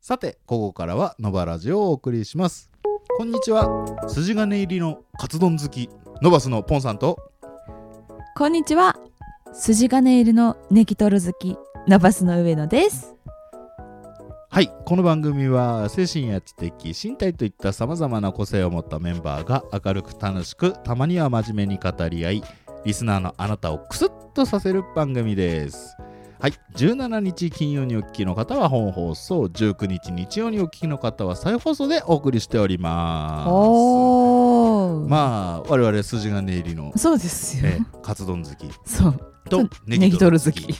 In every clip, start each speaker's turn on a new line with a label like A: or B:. A: さてここからはノバラジオをお送りしますこんにちは筋金入りのカツ丼好きノバスのポンさんと
B: こんにちは筋金入りのネギトロ好きナバスの上野です
A: はいこの番組は精神や知的身体といったさまざまな個性を持ったメンバーが明るく楽しくたまには真面目に語り合いリスナーのあなたをクスッとさせる番組ですはい17日金曜にお聞きの方は本放送19日日曜にお聞きの方は再放送でお送りしております
B: おー
A: まあ我々筋金入りの、
B: そうですよ、
A: えーカツ丼好き
B: そう
A: と
B: ネギトロ好き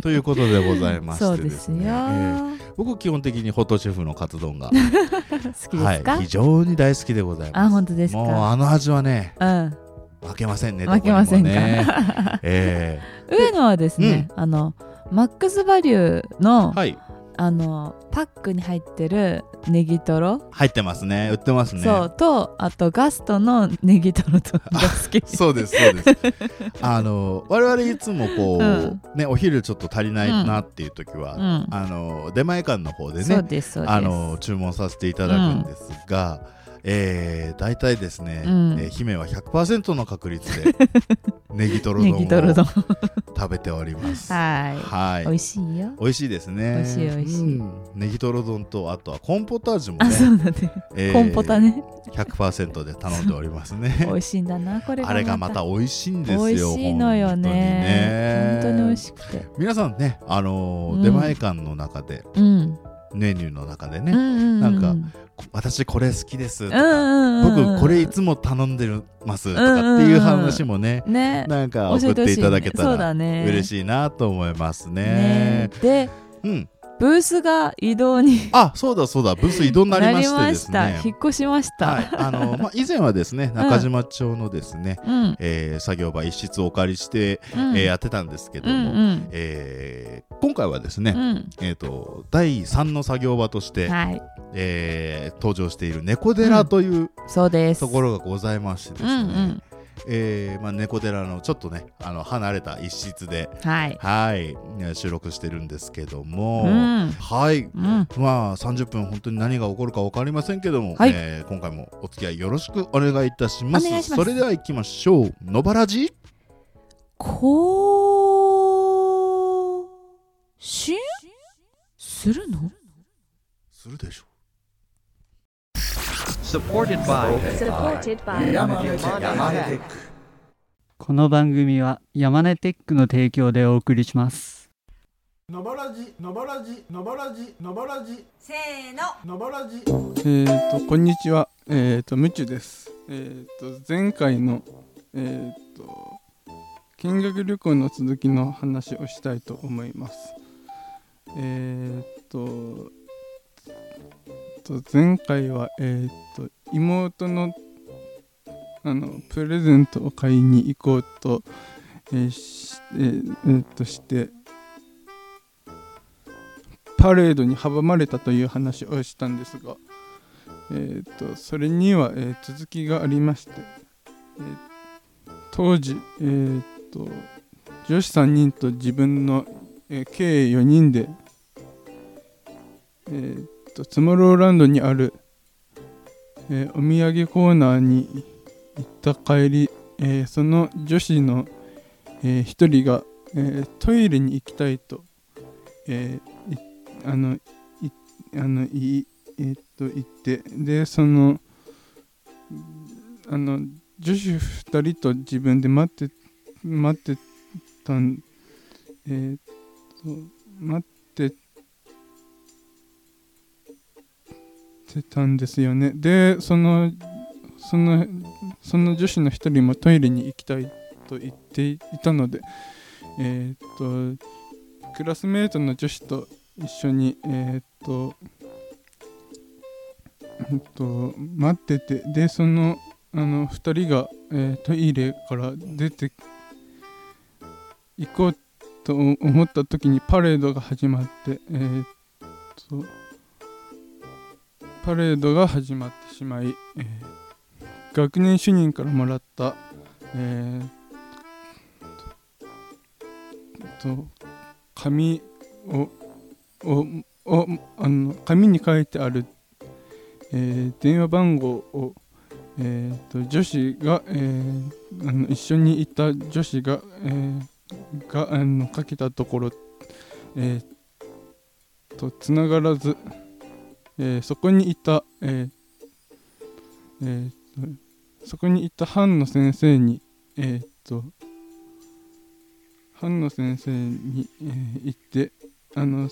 A: ということでございまして
B: そうですよ、
A: ねえー僕基本的にホットシェフのカツ丼 が
B: 好きですか、
A: はい、非常に大好きでございます
B: あ本当です
A: もう
B: か
A: あの味はね
B: うん
A: 負けませんね
B: 負けませんか
A: どこにもね え
B: 上野はですね、あのマックスバリュー
A: ー
B: の、
A: はい
B: あのパックに入ってるネギトロ、
A: 入ってますね売ってますね
B: そうとあとガストのネギトロとが好き
A: そうですそう ですあの我々いつもこう、
B: うん
A: ねお昼ちょっと足りないなっていう時は、
B: うん
A: あの出前館の方でね
B: そうですそうです
A: あの注文させていただくんですが、えー大体ですね、
B: うん
A: えー姫は100%の確率 でネギトロ
B: ネ
A: 丼
B: ギトロ
A: を
B: 丼
A: 食べております。
B: は
A: はい
B: い美味しいよ
A: 美味しいですね。
B: 美味しい美味しい
A: うんネギトロ丼とあとはコーンポタージュも
B: あそう
A: ね、
B: だね
A: えー
B: コンポタね
A: 100%で頼んでおりますね
B: 美。味しいんだなこれが
A: あれがまた美味しいんですよ。
B: 美味しいのよね
A: 本当にね
B: 美味しくて
A: 皆さんね、あのー
B: うん
A: 出前館の中で
B: うん
A: メニューの中で
B: う
A: ね、
B: んうん
A: なんかこ私これ好きですと
B: う
A: か、
B: んうんうん
A: 僕これいつも頼んでますとかっていう話もね、
B: ね
A: なんか送
B: 教
A: っ
B: えてほ
A: て
B: しい
A: いただけた
B: ねそう
A: ら
B: だね
A: 嬉
B: い
A: しいなと思いますね
B: ね。で
A: うん、
B: ブースが移動に
A: あそうだそうだブース移 動になりましてです
B: なりました
A: ね。
B: 引っ越しました、
A: は い、あのまあ以前はですね中島町のですね、
B: うん
A: えー作業場一室をお借りして、
B: う
A: え
B: ん
A: ーやってたんですけど
B: う
A: も、
B: んうん
A: えー今回はですね、
B: うん
A: えっ、と第三の作業場として、
B: はい
A: えー登場している猫寺という
B: そうです
A: ところがございましてですね、
B: うんうん
A: えーまあ、猫寺のちょっとねあの離れた一室で
B: はい
A: はいね収録してるんですけども、
B: うん
A: はい、
B: うん
A: まあ30分本当に何が起こるか分かりませんけども、
B: はい
A: えー今回もお付き合いよろしくお願いいたします
B: お願いします
A: それでは行きましょう「のばらじ
B: こうしするの」
A: するでしょ
C: supported by
D: supported by
E: この番組は山根テックの提供でお送りします。
F: のばらじのばらじのばらじのばらじ
G: せーの
F: のばらじ
H: えー、とこんにちは、えー、とむちゅです、えー、と前回の、えー、と見学旅行の続きの話をしたいと思いますえー、とと前回は、えー、と妹のあのプレゼントを買いに行こうと,、えーしえーえーとしてパレードに阻まれたという話をしたんですがえー、とそれには、えー続きがありまして、えー当時、えー、と女子3人と自分の、えー計4人で、えー、とツモローランドにある、えーお土産コーナーに行った帰り、えーその女子の、え1人が、えートイレに行きたいと、えーいあのいあのいえっと行ってでそのあの女子2人と自分で待って待ってたんえっと待っててたんですよねでそのそのその女子の1人もトイレに行きたいと言っていたのでえっとクラスメートの女子と一緒にえっとえっと、待っててでそのあの2人が、えートイレから出て行こうと思った時にパレードが始まって、えーっとパレードが始まってしまい、えー学年主任からもらった、えーっと紙をををあの紙に書いてある、えー電話番号を、えーと女子が、えーあの一緒にいた女子が,、えーがあのかけたところ、えーとつながらず、えーそこにいた、えーえーとそこにいた班の先生にえーっと班の先生に、えー行ってあの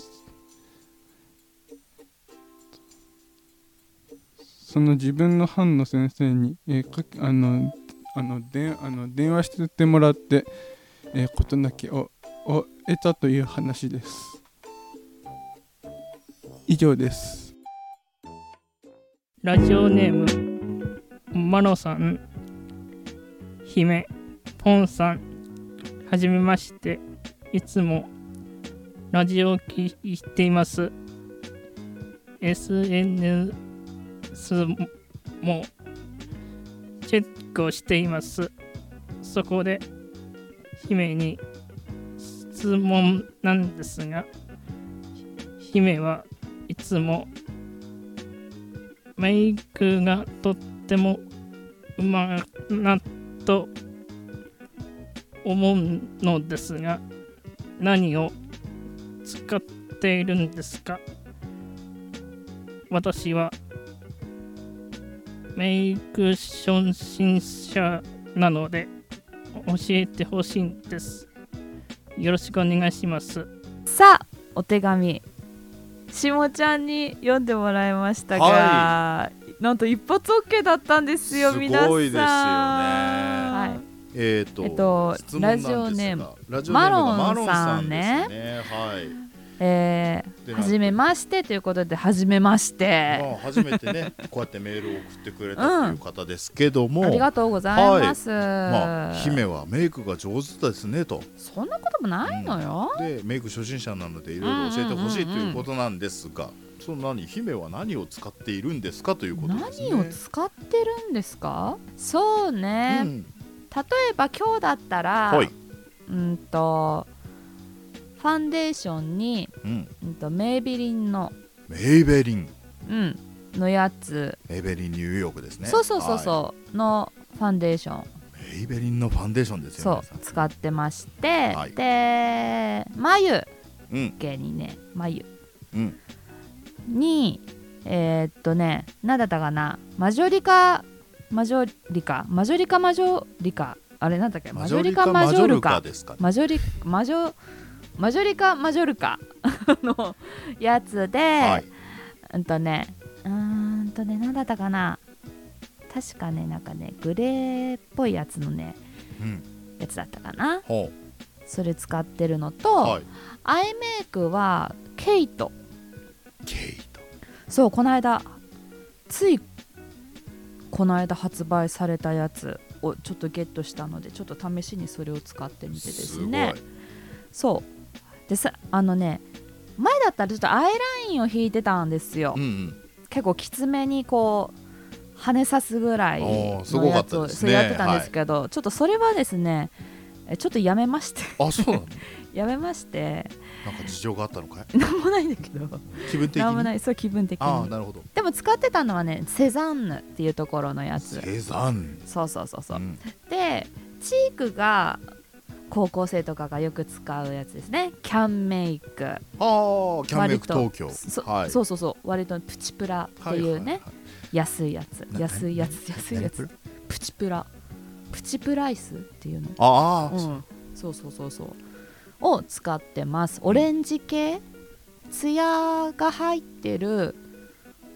H: その自分の班の先生に、えーかけあのあのであの電話してってもらって、えー事なきをを得たという話です以上です
C: ラジオネームマロさん姫ポンさんはじめましていつもラジオを聞いています SNS もチェックをしていますそこで姫に質問なんですがひ姫はいつもメイクがとってもうまいなと思うのですが何を使っているんですか私はメイク初心者なので教えてほしいんですよろしくお願いします
B: さあお手紙しもちゃんに読んでもらいましたが、
A: は
B: なんと一発 OK だったんですよ
A: すごい
B: 皆さん
A: ですよね
B: はい、
A: えっ、と,、
B: えっと
A: 質問なんですが
B: ラジオネーム
A: ラジオネームが
B: マ
A: マ
B: ロ
A: ロ
B: ン
A: ン
B: さ
A: さ
B: ん
A: ん
B: ね
A: ですね。はい。
B: えー、
A: で
B: はじめましてということではじめま
A: な
B: し
A: んか
B: て
A: まあ初めてね、こうやってメールを送ってくれたという方ですけども、
B: ありがとうございます、
A: まあ姫はメイクが上手ですねと。
B: そんなこともないのよ、
A: でメイク初心者なのでいろいろ教えてほしいということなんですが、その何姫は何を使っているんですかということですね。
B: 何を使ってるんですかそうね、
A: う
B: 例
A: ん
B: えば今日だったら、
A: はい。
B: うんとファンデーションに、
A: うん。
B: うん、とメイビリンの、
A: メイベリン、
B: うん、のやつ
A: メイベリンニューヨークですね。
B: そうそうそうそうのファンデーション、
A: はい。メイベリンのファンデーションです
B: そ
A: よ。
B: う使ってまして、
A: はい
B: で眉
A: 皆さん。
B: 毛にね眉
A: うんうん。
B: にえーっとね何だったかなマジョリカマジョリカマジョリカマジョリカあれなんだっけマジョリカマジョルカ
A: ですかね。
B: マジョリマジョマジョリカマジョルカのやつで、
A: はい。
B: うんとねうーんとね何だったかな確かねなんかねグレーっぽいやつのね
A: うん。
B: やつだったかな
A: ほ
B: それ使ってるの
A: う。
B: と、
A: はい。
B: アイメイクはケイト
A: ケイト。
B: そうこの間ついこの間発売されたやつをちょっとゲットしたのでちょっと試しにそれを使ってみてですねそうでさあのね前だったらちょっとアイラインを引いてたんですよ、
A: うんうん。
B: 結構きつめにこう跳ねさすぐらい
A: おーす
B: の
A: ごか
B: や
A: っ
B: つ
A: た
B: を
A: ですね
B: それやってたんですけど、ちょっとそれはですねえちょっとやめまして
A: あ、そうなの。
B: やめまして
A: なんか事情があったのかい。
B: なんもないんだけど
A: 気分的
B: なんも
A: に。
B: ないそう気分的
A: ああ、
B: に
A: なるほど。
B: でも使ってたのはねセザンヌっていうところのやつ
A: セザンヌ。
B: そうそうそうそう、
A: ん
B: でチークが高校生とかがよく使うやつですねキャンメイク
A: ああ、キャンメイク東京。
B: そ,、
A: はい。
B: そうそうそう割とプチプラっていうね、
A: はいはい
B: 安いやつ
A: な
B: 安いやつ安いや
A: 何
B: つプチプラプチプライスっていうの
A: ああ、
B: うんそうそうそうそうを使ってますオレンジ系ツヤが入ってる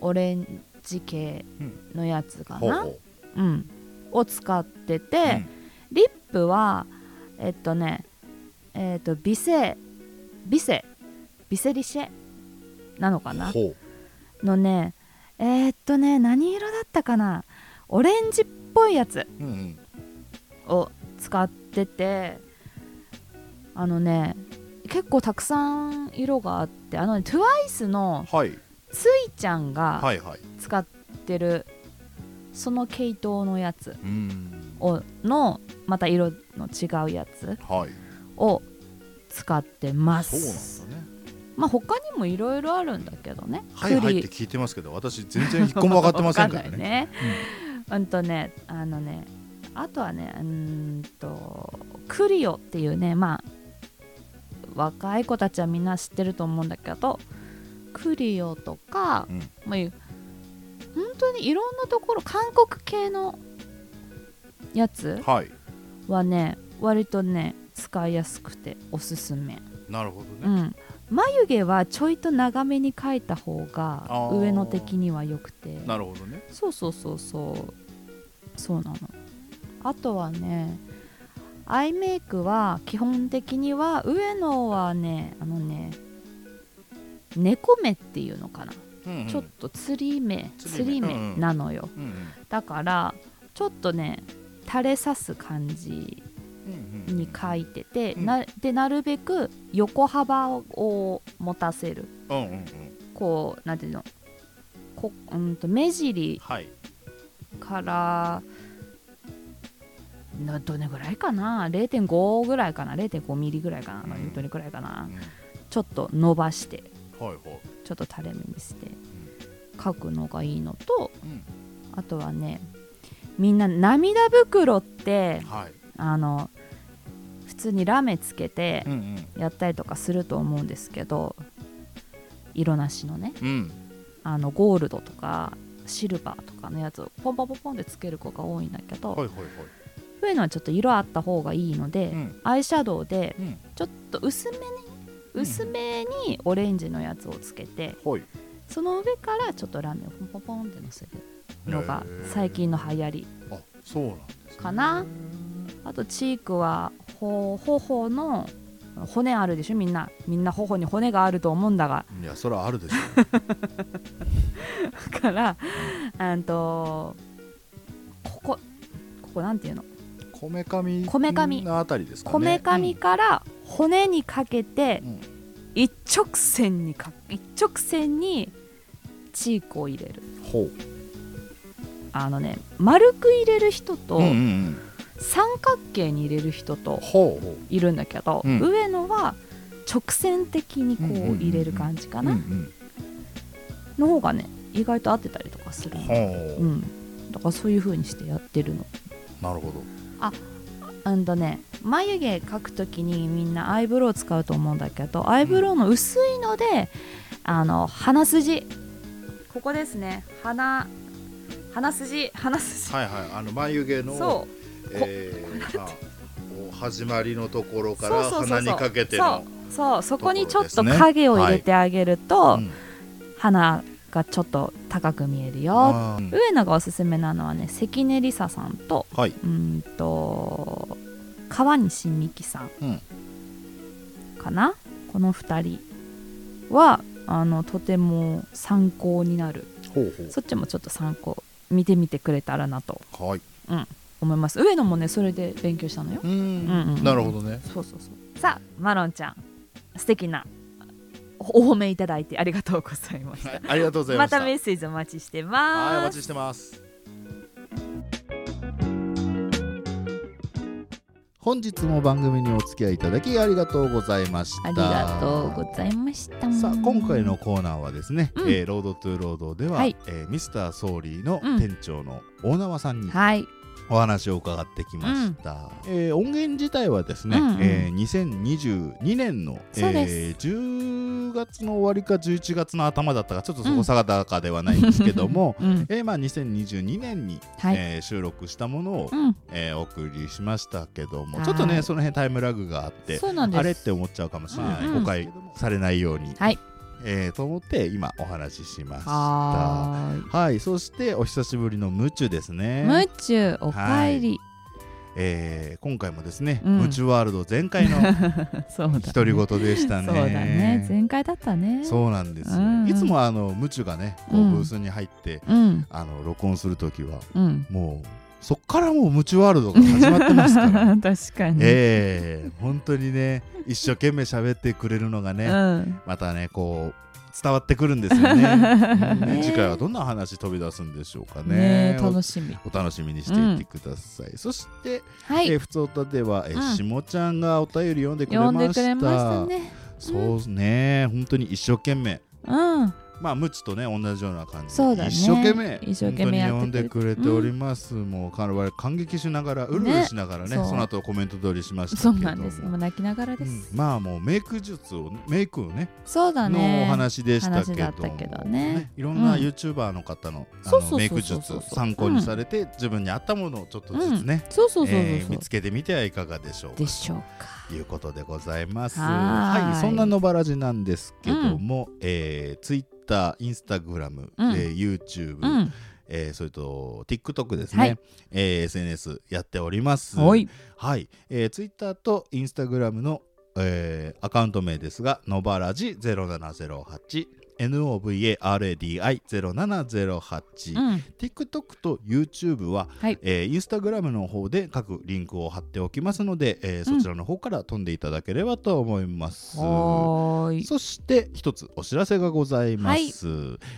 B: オレンジ系のやつか
A: ほう
B: な、
A: ほ
B: うん、を使って
A: う。
B: て、リップはえっとねえっとビセビセビセリシェなのか
A: うん
B: な
A: ほう。
B: のねえーっとね何色だったかなオレンジっぽいやつ
A: うんうん。
B: を使っててあのね結構たくさん色があってあのね TWICE の
A: はい。
B: ついちゃんが
A: はいはい。
B: 使ってるその系統のやつ
A: うん。
B: をのまた色の違うやつ
A: はい。
B: を使ってま
A: そうなん
B: す
A: だね。
B: まあ他にもいろいろあるんだけどね。
D: はいはいって聞いてますけど私全然一個も分かってませんから
B: わ
D: ね
B: ないうんとねあのねあとはねうーんとクリオっていうねまあ若い子たちはみんな知ってると思うんだけどクリオとか、
D: うん
B: まあいう本当にいろんなところ韓国系のやつ
D: はい
B: はね割とね使いやすくておすすめ。
D: なるほど
B: う
D: ね、
B: ん、眉毛はちょいと長めに描いた方が
D: あー
B: 上の的には良くて
D: なるほどね
B: そうそうそうそうそうなのあとはねアイメイクは基本的には上野はねあのね猫目っていうのかな、
D: うんうん
B: ちょっとつり目つ
D: つ
B: り
D: り目うん
B: 目
D: うん
B: なのよ、
D: うんうん
B: だからちょっとね垂れさす感じ
D: うんうん
B: に書いてて、
D: うん
B: なでなるべく横幅を持たせる
D: うんうんうん
B: こうなんていうのこうんと目尻
D: はい
B: からなどれぐらいかな0.5ぐらいかな0.5ミリぐらいかな、
D: うん
B: どれぐらいか
D: う
B: なんちょっと伸ばして
D: はいはい
B: ちょっと垂れ目にして描くのがいいのと
D: うん
B: あとはねみんな涙袋って
D: はい
B: あの普通にラメつけて
D: うんうん
B: やったりとかすると思うんですけど色なしのね
D: うん
B: あのゴールドとかシルバーとかのやつをポンポンポンポンってつける子が多いんだけど、
D: はいはいはい
B: そういうのはちょっと色あった方がいいので、
D: うん
B: アイシャドウで
D: うん
B: ちょっと薄めに
D: ん
B: 薄めにオレンジのやつをつけて、
D: はい
B: その上からちょっとラメをポンポンポンってのせるのが
D: へー
B: 最近の流行り
D: あそうなんですね
B: かなあとチークはほ頬の骨あるでしょみんなみんな頬に骨があると思うんだが
D: いやそれはあるでしょ
B: だからあんとここここなんていうの
D: うこめかみ
B: こめかみ
D: のあたりですかね
B: こめかみから骨にかけて
D: うん
B: 一直線にか一直線にチークを入れる
D: うんほう
B: あのね丸く入れる人と
D: うんうんうん
B: 三角形に入れる人と
D: ほうほう
B: いるんだけど、
D: うん
B: 上野は直線的にこ
D: うんうんうんう
B: うん入れる感じか
D: うんう
B: な、
D: ん
B: の方がね意外と合ってたりとかするの
D: ほ
B: う
D: うん
B: だからそういう風にしてやってるの
D: なるほど
B: うんとね眉毛描くときにみんなアイブロウ使うと思うんだけどアイブロウの薄いのであの鼻筋ここですね鼻鼻筋鼻筋、
D: はいはいあの眉毛の
B: そう
D: えーまあこう始まりのところか
B: そう
D: ら
B: そうそうそう
D: 鼻にかけての
B: そうそこにちょっと
D: ところですね
B: 影を入れてあげると、
D: うん
B: 鼻がちょっと高く見えるよ
D: あー
B: 上野がおすすめなのはね関根梨沙さんと
D: はいう
B: ーんと川西美樹さ
D: うんん
B: かな、この2人はあのとても参考になる
D: ほう
B: そっちもちょっと参考見てみてくれたらなと
D: ほうはい
B: 思います上野もねそれで勉強したのよ
D: う
B: うんうん
D: んなるほどね
B: そうそうそうさあマロンちゃん素敵なおお褒めいただいてありがとうございました
D: はいありがとうございま
B: ま
D: した
B: たメッセージお待ちして
D: はいお
B: ます
D: 待ちしてます
A: 本日も番組にお付き合いいただきありがとうございました
B: ありがとうございました
A: さあ今回のコーナーはですね、
B: うん
A: えーロードトゥーロードでは、
B: はい
A: えーミスターソーリーの
B: うん
A: 店長の大縄さんに
B: はい
A: お話を伺ってきました、えー音源自体はですね、
B: うんうん
A: えー2022年の、え
B: そうです
A: ー10月の終わりか11月の頭だったかちょっとそこ定かではないんですけど も、
B: うん
A: えーまあ、2022年に、
B: はい、
A: えー収録したものを、
B: うん
A: えーお送りしましたけども
B: はい
A: ちょっとねその辺タイムラグがあって
B: そうなんです
A: あれって思っちゃうかもしれない、
B: うんうん
A: 誤解されないように、
B: はい
A: えーと思って今お話ししましたは
B: はーい
A: いそしてお久しぶりの「ムチュ」ですね
B: 夢中おかえり、
A: えー今回もですね「
B: うん
A: ムチュワールド」全 開の
B: そうだね
A: 独り言でしたね
B: そうだね前回だったねう
A: そうなんですよ、
B: うんうん
A: いつもあのムチュがねこ
B: う
A: うんブースに入って、
B: ん
A: あの録音する時は
B: うん
A: もうそっからもう「ムチュワールド」が始まってますから
B: 確かに、
A: ええ本当にね一生懸命喋ってくれるのがね、
B: うん
A: またねこう伝わってくるんですよ ねうん次回はどんな話飛び出すんでしょうかね
B: ねえ楽しみ
A: おお楽しみにしていてください、そして、
B: はい
A: えーふつおたでは、えー
B: うん
A: しもちゃんがお便り読んでくれ
B: 呼ん
A: ま
B: で
A: し
B: く
A: た
B: れましたね
A: そうね本当に一生懸命
B: うん
A: まあ、ムチとね、同じような感じで。
B: そうだね
A: 一生懸命。
B: 一生懸命やって
A: 本当に呼んでくれております。もう、彼は感激しながら、うるうるしながらね、
B: そう
A: その後コメント通りしましたけ
B: そ
A: ど
B: う
A: も。
B: なんです今泣きながらです、
A: うんまあ、もうメイク術を、メイクをね、
B: そうだ
A: のお
B: ね
A: 話でしたけども。
B: 話だったけどね
A: いろんな
B: うん
A: YouTuber の方のあ
B: そうそう
A: の
B: そうそう
A: メイク術参考にされて、自分に合ったものをちょっとずつね、
B: そうそうそうそうそう、
A: えー見つけてみてはいかがでしょうか
B: でしょうか
A: ということでございます。
B: はーい
A: はい、そんな野ばらじなんですけども、えー、Twitter、Instagram、
B: うん
A: えー YouTube、
B: うん
A: えーそれと TikTok ですね、
B: はい
A: えー SNS やっております。
B: はい
A: はい、えー、Twitter と Instagram の、えーアカウント名ですが、のばらじ0708。
B: う
A: novaradi0708、
B: ん
A: TikTok と YouTube は、
B: はい
A: えーインスタグラムの方で各リンクを貼っておきますので、えーそちらの方から飛んでいただければと思います。
B: はーい
A: そして一つお知らせがございます、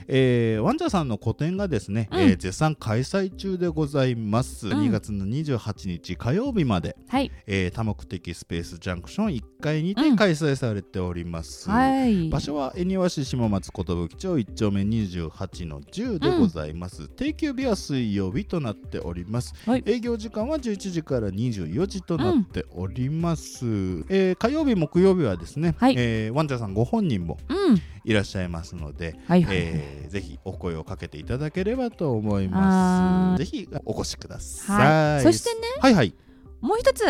A: えーワンジャーさんの個展がですね、
B: うん
A: えー絶賛開催中でございます、
B: うん
A: 2月の28日火曜日まで、
B: はい
A: えー多目的スペースジャンクション1階にて
B: うん
A: 開催されております、
B: はい
A: 場所は恵庭市下松寿町1丁目28の10でございます、定休日は水曜日となっております、
B: はい
A: 営業時間は11時から24時となっております、えー火曜日木曜日はですね、
B: はい
A: えーワンちゃんさんご本人も
B: うん
A: いらっしゃいますので、
B: はいはい、
A: えーぜひお声をかけていただければと思い
B: あ
A: ま
B: ー
A: すぜひお越しくださ、
B: はいいそしてね
A: はいはい
B: もう一つ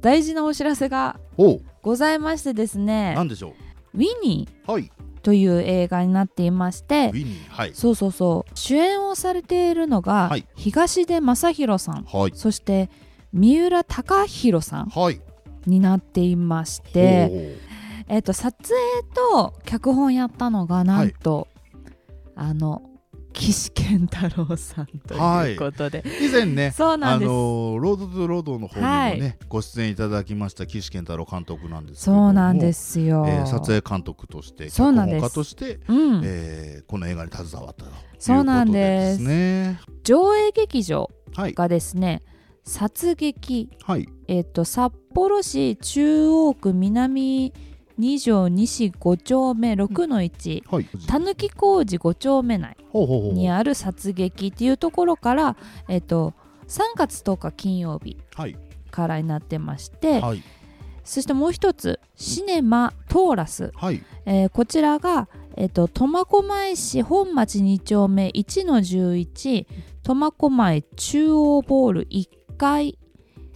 B: 大事なお知らせが
A: おう
B: ございましてですね
A: なんでしょ
B: ウィニー
A: うはい
B: という映画になっていまし
A: ウ
B: て
A: ィニーはい
B: そうそうそう主演をされているのが、
A: はい
B: 東出昌大さん
A: はい
B: そして三浦貴大さん
A: はい
B: になっていまして、
A: おう
B: えっと撮影と脚本やったのがなんと、あの岸健太郎さんということで、
A: 以前ね
B: そうな
A: あ
B: んです、
A: のーロード・トゥ・ロードの方にもね、
B: はい
A: ご出演いただきました岸健太郎監督なんですけども
B: そうなんで、す
A: え
B: よ、
A: ー撮影監督として
B: そうなんです
A: 脚本家として、
B: うん、
A: えーこの映画に携わったということ
B: そうなんです
A: ですね
B: 上映劇場
A: はい
B: がですね殺撃、
A: はい
B: えっと札幌市中央区南2条西5丁目6の1
A: はい
B: たぬき工事5丁目内
A: ほうほうほう
B: にある殺撃っていうところから、えっと3月10日金曜日
A: はい
B: からになってまして、
A: はい
B: そしてもう一つシネマトーラス、
A: はい
B: えーこちらが、えっと苫小牧市本町2丁目1の11苫小牧中央ボール1階、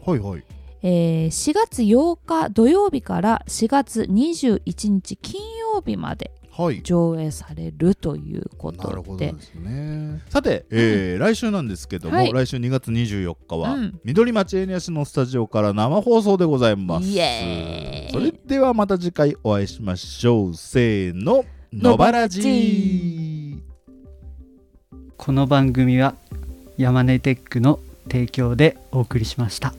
A: はいはい
B: えー4月8日土曜日から4月21日金曜日まで
A: はい
B: 上映されるというこ
A: なるほ
B: と
A: ど
B: で
A: ですねさて、えー来週なんですけども、
B: はい
A: 来週2月24日は、
B: うん
A: 緑町エニア市のスタジオから生放送でございます
B: イエーイ
A: それではまた次回お会いしましょうせーの野ばらじ
E: この番組は山根テックの提供でお送りしました。